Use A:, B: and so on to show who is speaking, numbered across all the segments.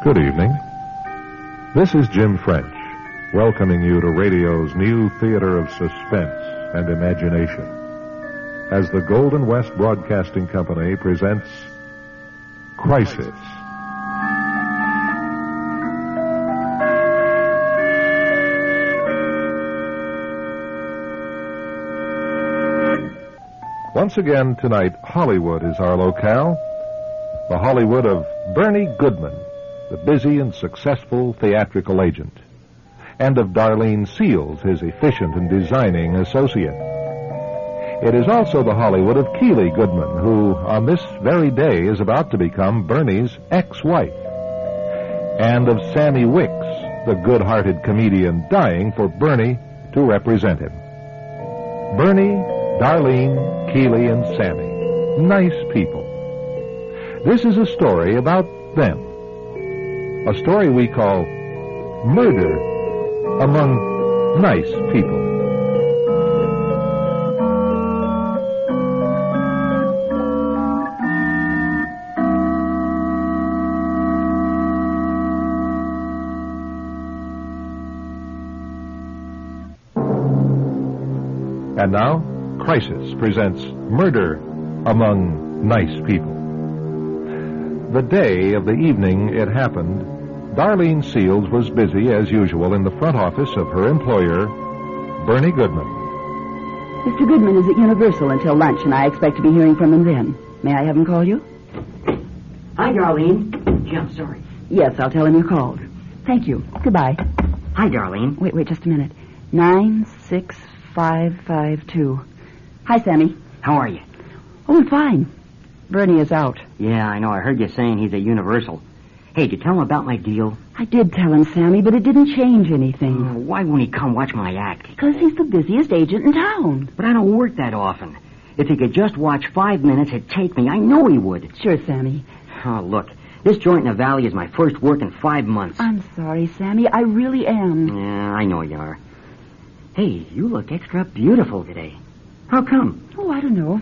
A: Good evening. This is Jim French, welcoming you to radio's new theater of suspense and imagination as the Golden West Broadcasting Company presents Crisis. Once again tonight, Hollywood is our locale. The Hollywood of Bernie Goodman, the busy and successful theatrical agent, and of Darlene Seals, his efficient and designing associate. It is also the Hollywood of Keeley Goodman, who on this very day is about to become Bernie's ex-wife, and of Sammy Wicks, the good-hearted comedian dying for Bernie to represent him. Bernie, Darlene, Keeley, and Sammy. Nice people. This is a story about them. A story we call Murder Among Nice People. And now, Crisis presents Murder Among Nice People. The day of the evening it happened, Darlene Seals was busy as usual in the front office of her employer, Bernie Goodman.
B: Mr. Goodman is at Universal until lunch, and I expect to be hearing from him then. May I have him call you?
C: Hi, Darlene. Jim, sorry.
B: Yes, I'll tell him you called. Thank you. Goodbye.
C: Hi, Darlene.
B: Wait, wait, just a minute. Nine six five five two. Hi, Sammy.
C: How are you?
B: Oh, I'm fine. Bernie is out.
C: Yeah, I know. I heard you saying he's a universal. Hey, did you tell him about my deal?
B: I did tell him, Sammy, but it didn't change anything.
C: Why won't he come watch my act?
B: Because he's the busiest agent in town.
C: But I don't work that often. If he could just watch five minutes, it'd take me. I know he would.
B: Sure, Sammy.
C: Oh, look. This joint in the valley is my first work in five months.
B: I'm sorry, Sammy. I really am.
C: Yeah, I know you are. Hey, you look extra beautiful today. How come?
B: Oh, I don't know.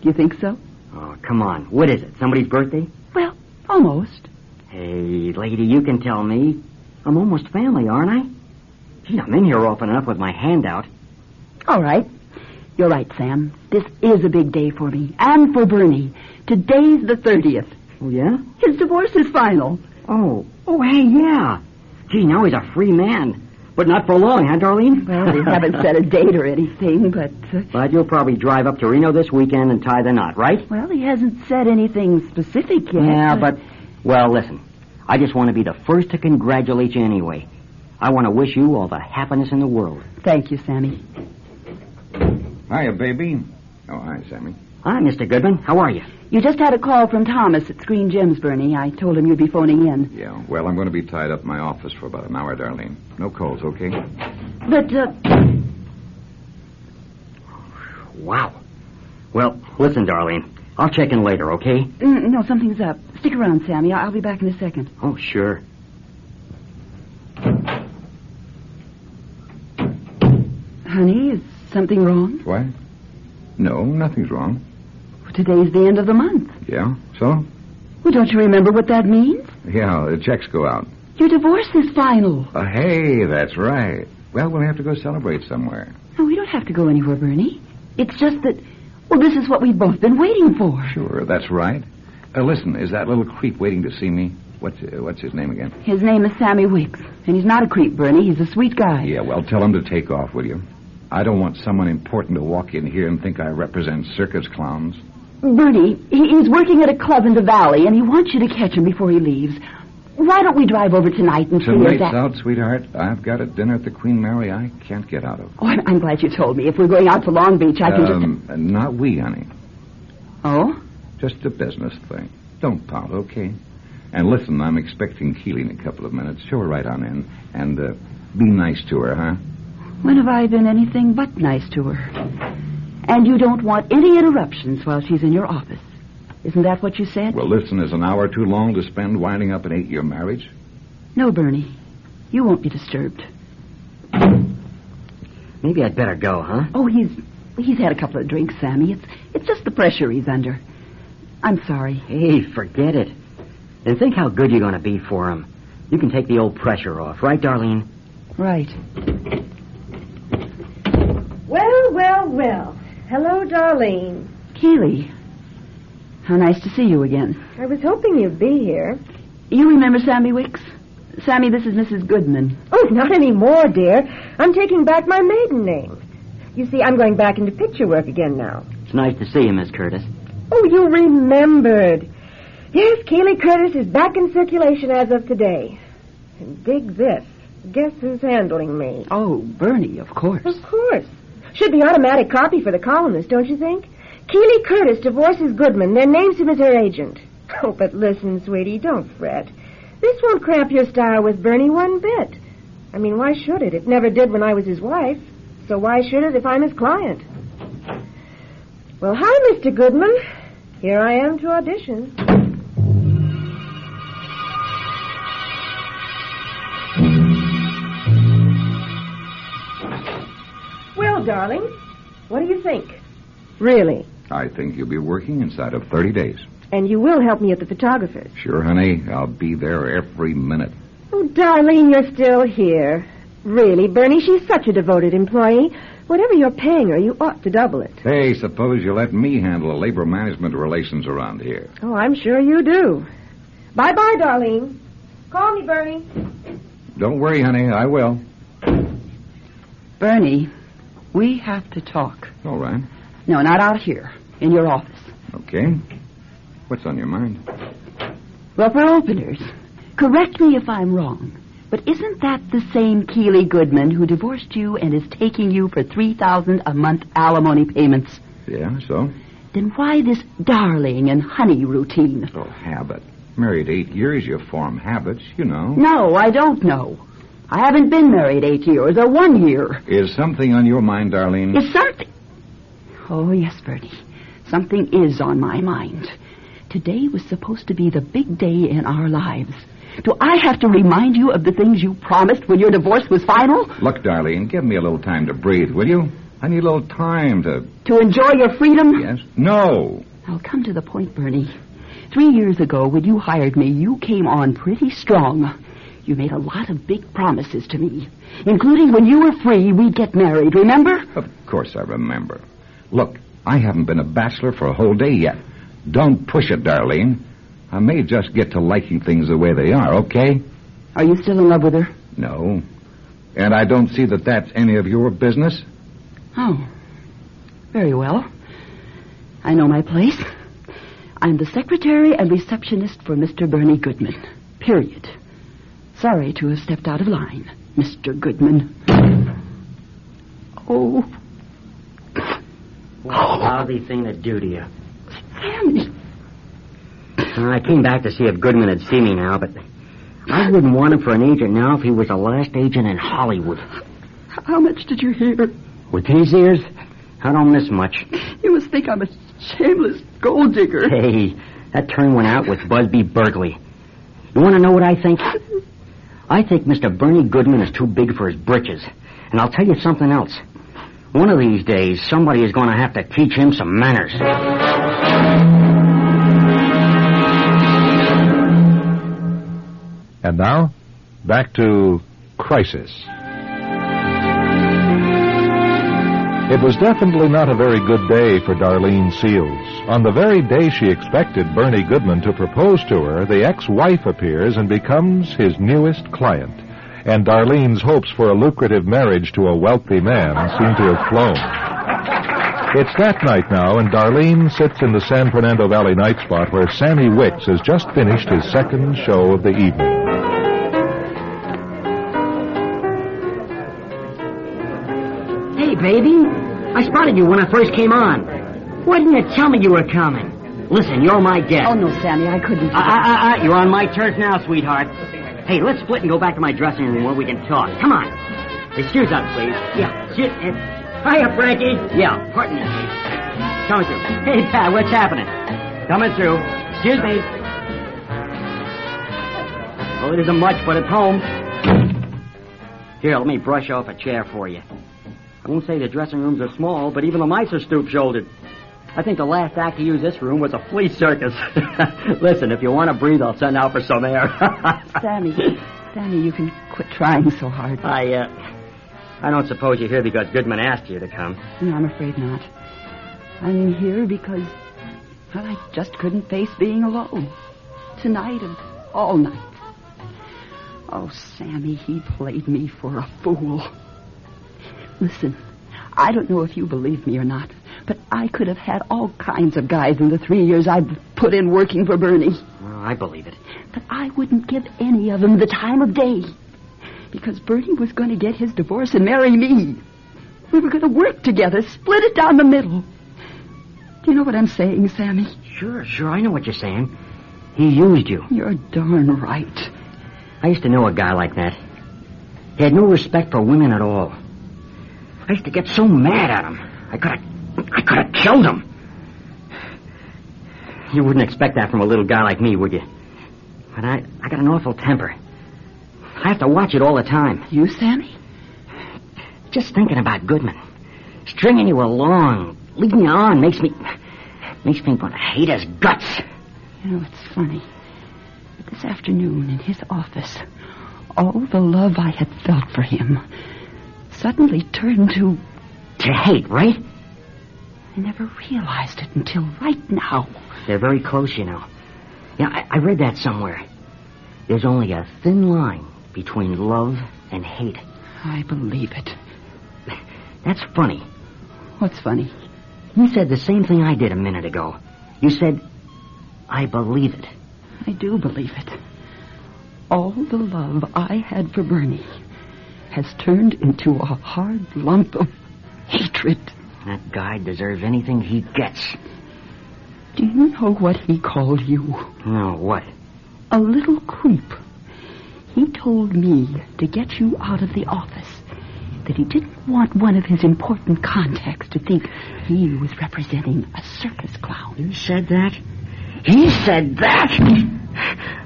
B: Do you think so?
C: Oh, come on. What is it? Somebody's birthday?
B: Well, almost.
C: Hey, lady, you can tell me. I'm almost family, aren't I? Gee, I'm in here often enough with my hand out.
B: All right. You're right, Sam. This is a big day for me and for Bernie. Today's the 30th.
C: Oh, yeah?
B: His divorce is final.
C: Oh, oh, hey, yeah. Gee, now he's a free man. But not for long, huh, Darlene?
B: Well, we haven't set a date or anything, but. Uh,
C: But you'll probably drive up to Reno this weekend and tie the knot, right?
B: well, he hasn't said anything specific yet.
C: Yeah, but. Well, listen. I just want to be the first to congratulate you anyway. I want to wish you all the happiness in the world.
B: Thank you, Sammy.
D: Hiya, baby. Oh, hi, Sammy.
C: Hi, Mr. Goodman. How are you?
B: You just had a call from Thomas at Screen Gems, Bernie. I told him you'd be phoning in.
D: Yeah, well, I'm going to be tied up in my office for about an hour, Darlene. No calls, okay?
B: But, uh,
C: Wow. Well, listen, Darlene. I'll check in later, okay?
B: mm, no, something's up. Stick around, Sammy. I- I'll be back in a second.
C: Oh, sure.
B: Honey, is something wrong?
D: What? No, nothing's wrong.
B: Today's the end of the month.
D: Yeah? So?
B: Well, don't you remember what that means?
D: Yeah, the checks go out.
B: Your divorce is final.
D: Uh, hey, that's right. Well, we'll have to go celebrate somewhere.
B: No, we don't have to go anywhere, Bernie. It's just that, well, this is what we've both been waiting for.
D: Sure, that's right. Uh, listen, is that little creep waiting to see me? What's, uh, what's his name again?
B: His name is Sammy Wicks, and he's not a creep, Bernie. He's a sweet guy.
D: Yeah, well, tell him to take off, will you? I don't want someone important to walk in here and think I represent circus clowns.
B: Bernie, he, he's working at a club in the valley, and he wants you to catch him before he leaves. Why don't we drive over tonight and see if
D: Tonight's
B: that...
D: out, sweetheart. I've got a dinner at the Queen Mary I can't get out of.
B: Oh, I'm, I'm glad you told me. If we're going out to Long Beach, I can just...
D: um, Not we, honey.
B: Oh?
D: Just a business thing. Don't pout, okay? And listen, I'm expecting Keeley in a couple of minutes. Show her right on in. And uh, be nice to her, huh?
B: When have I been anything but nice to her? And you don't want any interruptions while she's in your office. Isn't that what you said?
D: Well, listen, is an hour too long to spend winding up an eight year marriage?
B: No, Bernie. You won't be disturbed.
C: Maybe I'd better go, huh?
B: Oh, he's he's had a couple of drinks, Sammy. It's it's just the pressure he's under. I'm sorry.
C: Hey, forget it. And think how good you're going to be for him. You can take the old pressure off, right, Darlene?
B: Right.
E: Well, well, well. Hello, Darlene.
B: Keely, how nice to see you again.
E: I was hoping you'd be here.
B: You remember Sammy Wicks? Sammy, this is Mrs. Goodman.
E: Oh, not anymore, dear. I'm taking back my maiden name. You see, I'm going back into picture work again now.
C: It's nice to see you, Miss Curtis.
E: Oh, you remembered. Yes, Keeley Curtis is back in circulation as of today. And dig this. Guess who's handling me?
B: Oh, Bernie, of course.
E: Of course. Should be automatic copy for the columnist, don't you think? Keeley Curtis divorces Goodman, then names him as her agent. Oh, but listen, sweetie, don't fret. This won't cramp your style with Bernie one bit. I mean, why should it? It never did when I was his wife. So why should it if I'm his client? Well, hi, Mr. Goodman. Here I am to audition. Well, darling, what do you think? Really?
D: I think you'll be working inside of 30 days.
E: And you will help me at the photographer's.
D: Sure, honey. I'll be there every minute.
E: Oh, darling, you're still here. Really, Bernie, she's such a devoted employee. Whatever you're paying her, you ought to double it.
D: Hey, suppose you let me handle the labor management relations around here.
E: Oh, I'm sure you do. Bye bye, Darlene. Call me, Bernie.
D: Don't worry, honey. I will.
B: Bernie, we have to talk.
D: All right.
B: No, not out here, in your office.
D: Okay. What's on your mind?
B: Well, for openers, correct me if I'm wrong, but isn't that the same Keeley Goodman who divorced you and is taking you for 3000 a month alimony payments?
D: Yeah, so?
B: Then why this darling and honey routine?
D: Oh, habit. Married eight years, you form habits, you know.
B: No, I don't know. I haven't been married eight years or one year.
D: Is something on your mind, Darlene?
B: It's something. Oh, yes, Bertie. Something is on my mind. Today was supposed to be the big day in our lives. Do I have to remind you of the things you promised when your divorce was final?
D: Look, Darlene, give me a little time to breathe, will you? I need a little time to.
B: To enjoy your freedom?
D: Yes? No!
B: Now, come to the point, Bernie. Three years ago, when you hired me, you came on pretty strong. You made a lot of big promises to me, including when you were free, we'd get married, remember?
D: Of course I remember. Look, I haven't been a bachelor for a whole day yet. Don't push it, Darlene. I may just get to liking things the way they are, okay?
B: Are you still in love with her?
D: No. And I don't see that that's any of your business.
B: Oh, very well. I know my place. I'm the secretary and receptionist for Mr. Bernie Goodman. Period. Sorry to have stepped out of line, Mr. Goodman. Oh,
C: What a lousy thing to do to you.
B: Sammy.
C: Well, I came back to see if Goodman had seen me now, but I wouldn't want him for an agent now if he was the last agent in Hollywood.
B: How much did you hear?
C: With his ears, I don't miss much.
B: You must think I'm a shameless gold digger.
C: Hey, that turn went out with Busby Berkeley. You want to know what I think? I think Mr. Bernie Goodman is too big for his britches. And I'll tell you something else. One of these days, somebody is going to have to teach him some manners.
A: And now, back to Crisis. It was definitely not a very good day for Darlene Seals. On the very day she expected Bernie Goodman to propose to her, the ex wife appears and becomes his newest client. And Darlene's hopes for a lucrative marriage to a wealthy man seem to have flown. It's that night now, and Darlene sits in the San Fernando Valley night spot where Sammy Wicks has just finished his second show of the evening.
C: Hey, baby. I spotted you when I first came on. Why didn't you tell me you were coming? Listen, you're my guest.
B: Oh, no, Sammy, I couldn't.
C: Uh, uh, uh, you're on my turf now, sweetheart. Hey, let's split and go back to my dressing room where we can talk. Come on. Hey, shoes up, please. Yeah. Shoot, uh, hi, Frankie. Yeah, pardon me. please. Coming through. Hey, Pat, what's happening? Coming through. Excuse me. Well, it isn't much, but it's home. Here, let me brush off a chair for you. I won't say the dressing rooms are small, but even the mice are stoop-shouldered. I think the last act to use this room was a flea circus. Listen, if you want to breathe, I'll send out for some air.
B: Sammy, Sammy, you can quit trying so hard.
C: I, uh, I don't suppose you're here because Goodman asked you to come.
B: No, I'm afraid not. I'm in here because, well, I just couldn't face being alone. Tonight and all night. Oh, Sammy, he played me for a fool. Listen, I don't know if you believe me or not, but I could have had all kinds of guys in the three years I've put in working for Bernie.
C: Well, I believe it.
B: But I wouldn't give any of them the time of day. Because Bertie was going to get his divorce and marry me. We were going to work together, split it down the middle. Do you know what I'm saying, Sammy?
C: Sure, sure, I know what you're saying. He used you.
B: You're darn right.
C: I used to know a guy like that. He had no respect for women at all. I used to get so mad at him. I could have, I could have killed him. You wouldn't expect that from a little guy like me, would you? But I, I got an awful temper. I have to watch it all the time.
B: You, Sammy?
C: Just thinking about Goodman, stringing you along, leading you on, makes me, makes me want to hate his guts.
B: You know, it's funny. But this afternoon in his office, all the love I had felt for him suddenly turned to.
C: To hate, right?
B: I never realized it until right now.
C: They're very close, you know. Yeah, I, I read that somewhere. There's only a thin line between love and hate.
B: I believe it.
C: That's funny.
B: What's funny?
C: You said the same thing I did a minute ago. You said, I believe it.
B: I do believe it. All the love I had for Bernie has turned into a hard lump of hatred.
C: That guy deserves anything he gets.
B: Do you know what he called you?
C: No, what?
B: A little creep. He told me to get you out of the office. That he didn't want one of his important contacts to think he was representing a circus clown.
C: You said that? He said that?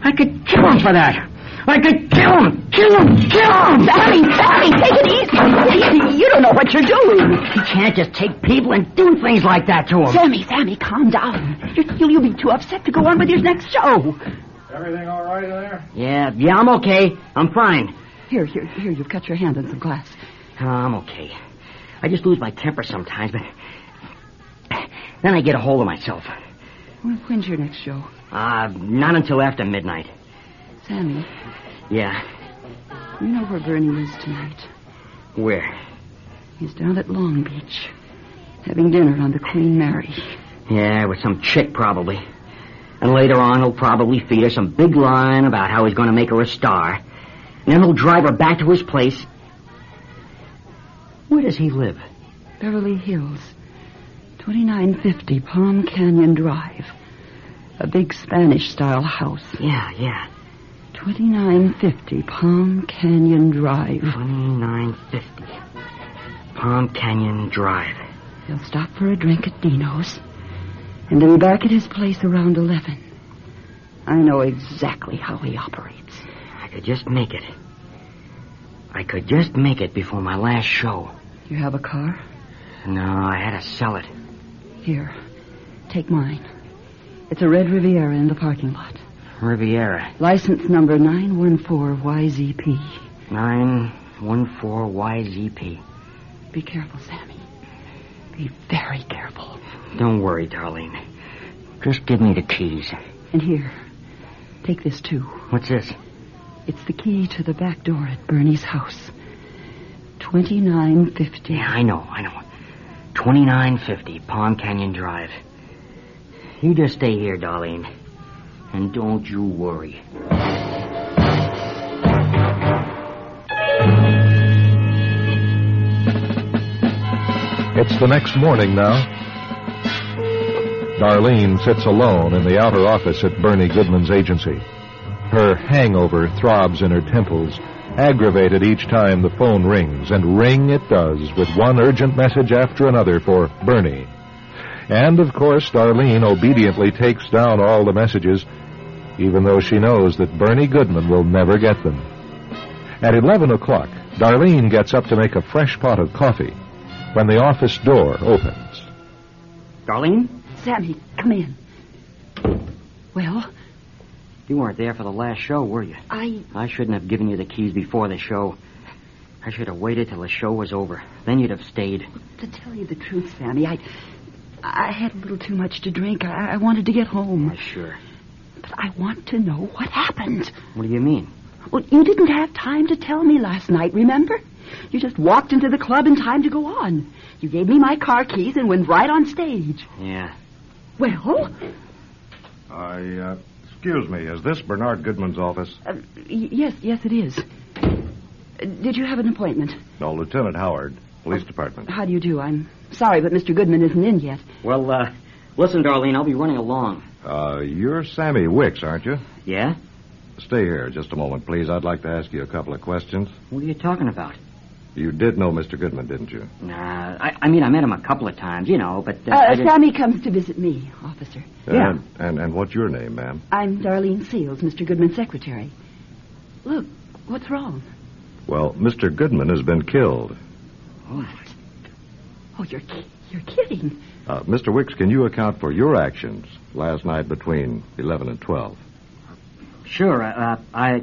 C: I could kill him for that. I could kill him! Kill him! Kill him!
B: Sammy, Sammy, take it easy. You don't know what you're doing.
C: You can't just take people and do things like that to them.
B: Sammy, Sammy, calm down. You're, you'll, you'll be too upset to go on with your next show.
F: Everything all right in there?
C: Yeah, yeah, I'm okay. I'm fine.
B: Here, here, here, you've cut your hand on some glass.
C: Oh, I'm okay. I just lose my temper sometimes, but then I get a hold of myself.
B: When- When's your next show?
C: Uh, not until after midnight.
B: Sammy,
C: Yeah.
B: you know where Bernie lives tonight.
C: Where?
B: He's down at Long Beach, having dinner on the Queen Mary.
C: Yeah, with some chick, probably. And later on, he'll probably feed her some big line about how he's going to make her a star. And then he'll drive her back to his place. Where does he live?
B: Beverly Hills, 2950 Palm Canyon Drive. A big Spanish style house.
C: Yeah, yeah.
B: 2950 Palm Canyon Drive.
C: 2950. Palm Canyon Drive.
B: He'll stop for a drink at Dino's and then back at his place around 11. I know exactly how he operates.
C: I could just make it. I could just make it before my last show.
B: You have a car?
C: No, I had to sell it.
B: Here, take mine. It's a red Riviera in the parking lot.
C: Riviera.
B: License number 914YZP.
C: 914YZP.
B: Be careful, Sammy. Be very careful.
C: Don't worry, darling. Just give me the keys.
B: And here, take this too.
C: What's this?
B: It's the key to the back door at Bernie's house. 2950.
C: Yeah, I know, I know. 2950 Palm Canyon Drive. You just stay here, darling. And don't you worry.
A: It's the next morning now. Darlene sits alone in the outer office at Bernie Goodman's agency. Her hangover throbs in her temples, aggravated each time the phone rings, and ring it does with one urgent message after another for Bernie. And of course, Darlene obediently takes down all the messages, even though she knows that Bernie Goodman will never get them. At 11 o'clock, Darlene gets up to make a fresh pot of coffee when the office door opens.
C: Darlene,
B: Sammy, come in. Well,
C: you weren't there for the last show, were you?
B: I.
C: I shouldn't have given you the keys before the show. I should have waited till the show was over. Then you'd have stayed.
B: To tell you the truth, Sammy, I. I had a little too much to drink. I, I wanted to get home.
C: sure.
B: But I want to know what happened.
C: What do you mean?
B: Well, you didn't have time to tell me last night, remember? You just walked into the club in time to go on. You gave me my car keys and went right on stage.
C: Yeah.
B: Well,
A: I, uh, excuse me, is this Bernard Goodman's office?
B: uh, y- yes, yes, it is. Uh, Did you have an appointment?
A: No, Lieutenant Howard, Police Department.
B: How do you do? I'm sorry, but Mr. Goodman isn't in yet.
C: Well, uh, listen, Darlene, I'll be running along.
A: Uh, you're Sammy Wicks, aren't you?
C: Yeah?
A: Stay here just a moment, please. I'd like to ask you a couple of questions.
C: What are you talking about?
A: You did know Mr. Goodman, didn't you?
C: Nah, I, I mean, I met him a couple of times, you know, but. Uh, I
B: Uh,
C: didn't-
B: Sammy comes to visit me, officer.
C: Yeah.
A: And, and, and what's your name, ma'am?
B: I'm Darlene Seals, Mr. Goodman's secretary. Look, what's wrong?
A: Well, Mr. Goodman has been killed.
B: What? Oh, you're ki- you're kidding.
A: Uh, Mr. Wicks, can you account for your actions last night between 11 and 12?
C: Sure, uh, I.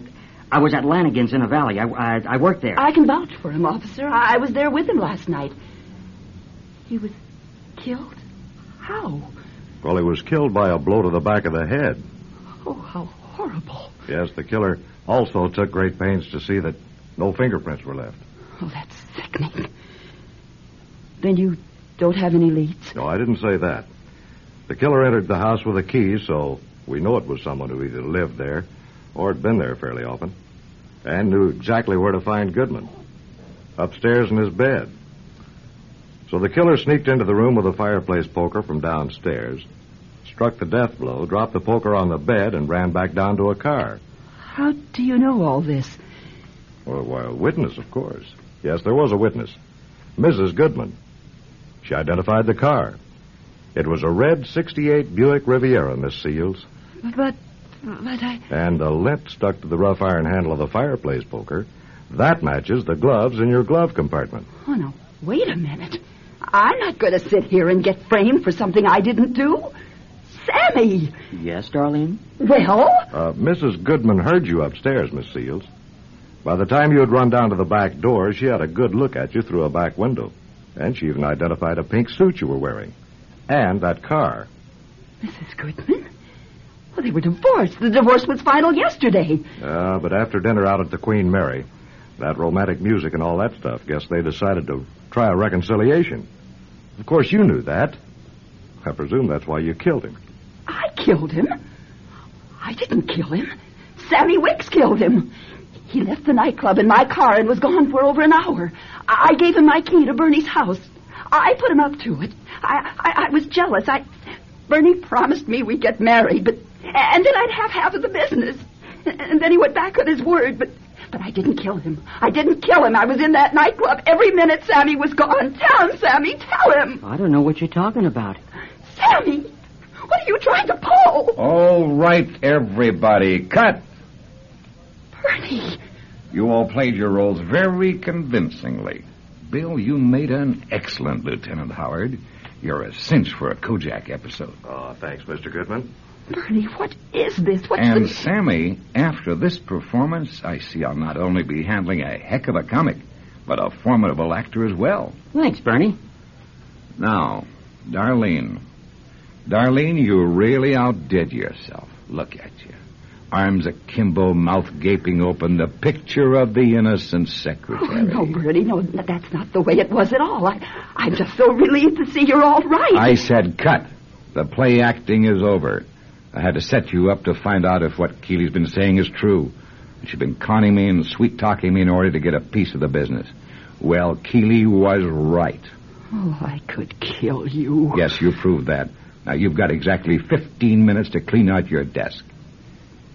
C: I was at Lanigan's in the valley. I, I, I worked there.
B: I can vouch for him, officer. I, I was there with him last night. He was killed? How?
A: Well, he was killed by a blow to the back of the head.
B: Oh, how horrible.
A: Yes, the killer also took great pains to see that no fingerprints were left.
B: Oh, that's sickening. Then you don't have any leads?
A: No, I didn't say that. The killer entered the house with a key, so we know it was someone who either lived there or had been there fairly often and knew exactly where to find Goodman upstairs in his bed. So the killer sneaked into the room with a fireplace poker from downstairs, struck the death blow, dropped the poker on the bed, and ran back down to a car.
B: How do you know all this?
A: Well, why, a witness, of course. Yes, there was a witness. Mrs. Goodman. She identified the car. It was a red 68 Buick Riviera, Miss Seals,
B: But, but I.
A: and the lint stuck to the rough iron handle of the fireplace poker. That matches the gloves in your glove compartment.
B: Oh, no. Wait a minute. I'm not going to sit here and get framed for something I didn't do. Sammy!
C: Yes, Darlene?
B: Well?
A: Uh, Mrs. Goodman heard you upstairs, Miss Seals. By the time you had run down to the back door, she had a good look at you through a back window. And she even identified a pink suit you were wearing. And that car.
B: Mrs. Goodman? Well, they were divorced. The divorce was final yesterday.
A: Uh, but after dinner out at the Queen Mary, that romantic music and all that stuff, guess they decided to try a reconciliation. Of course, you knew that. I presume that's why you killed him.
B: I killed him. I didn't kill him. Sammy Wicks killed him. He left the nightclub in my car and was gone for over an hour. I I gave him my key to Bernie's house. I I put him up to it. I, I, I was jealous. I, Bernie promised me we'd get married, but and then I'd have half of the business. And then he went back on his word, but but I didn't kill him. I didn't kill him. I was in that nightclub every minute Sammy was gone. Tell him, Sammy. Tell him,
C: I don't know what you're talking about.
B: Sammy. What are you trying to pull?
D: All right, everybody, cut.
B: Bernie.
D: You all played your roles very convincingly. Bill, you made an excellent Lieutenant Howard. You're a cinch for a Kojak episode.
A: Oh, thanks, Mr. Goodman.
B: Bernie, what is this? What's
D: And
B: the...
D: Sammy, after this performance, I see I'll not only be handling a heck of a comic, but a formidable actor as well.
C: Thanks, Bernie.
D: Now, Darlene. Darlene, you really outdid yourself. Look at you. Arms akimbo, mouth gaping open, the picture of the innocent
B: Oh,
D: secretary.
B: no, Bernie, no, th- that's not the way it was at all. I, I'm just so relieved to see you're all right.
D: I said cut. The play acting is over. I had to set you up to find out if what Keely's been saying is true. She's been conning me and sweet talking me in order to get a piece of the business. Well, Keely was right.
B: Oh, I could kill you.
D: Yes, you proved that. Now you've got exactly 15 minutes to clean out your desk.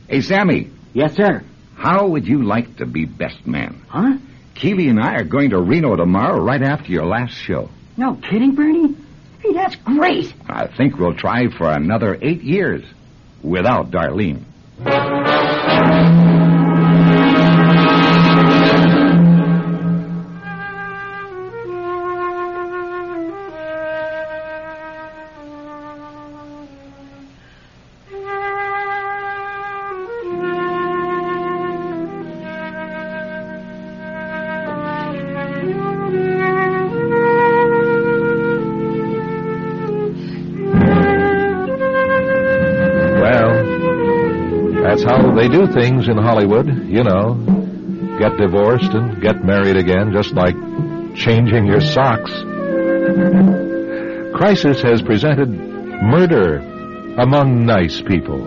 D: Hey, Sammy,
C: Yes, sir.
D: how would you like to be best man?
C: Huh?
D: Keely and I are going to Reno tomorrow right after your last show.
C: No kidding, Bernie? Hey, that's great.
D: I think we'll try for another eight years without Darlene.
A: That's how they do things in Hollywood, you know. Get divorced and get married again, just like changing your socks. Crisis has presented Murder Among Nice People,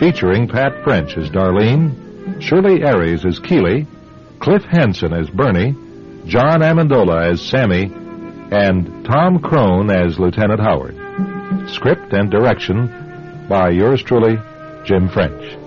A: featuring Pat French as Darlene, Shirley Aries as Keeley, Cliff Hansen as Bernie, John Amendola as Sammy, and Tom Crone as Lieutenant Howard. Script and direction by yours truly, Jim French.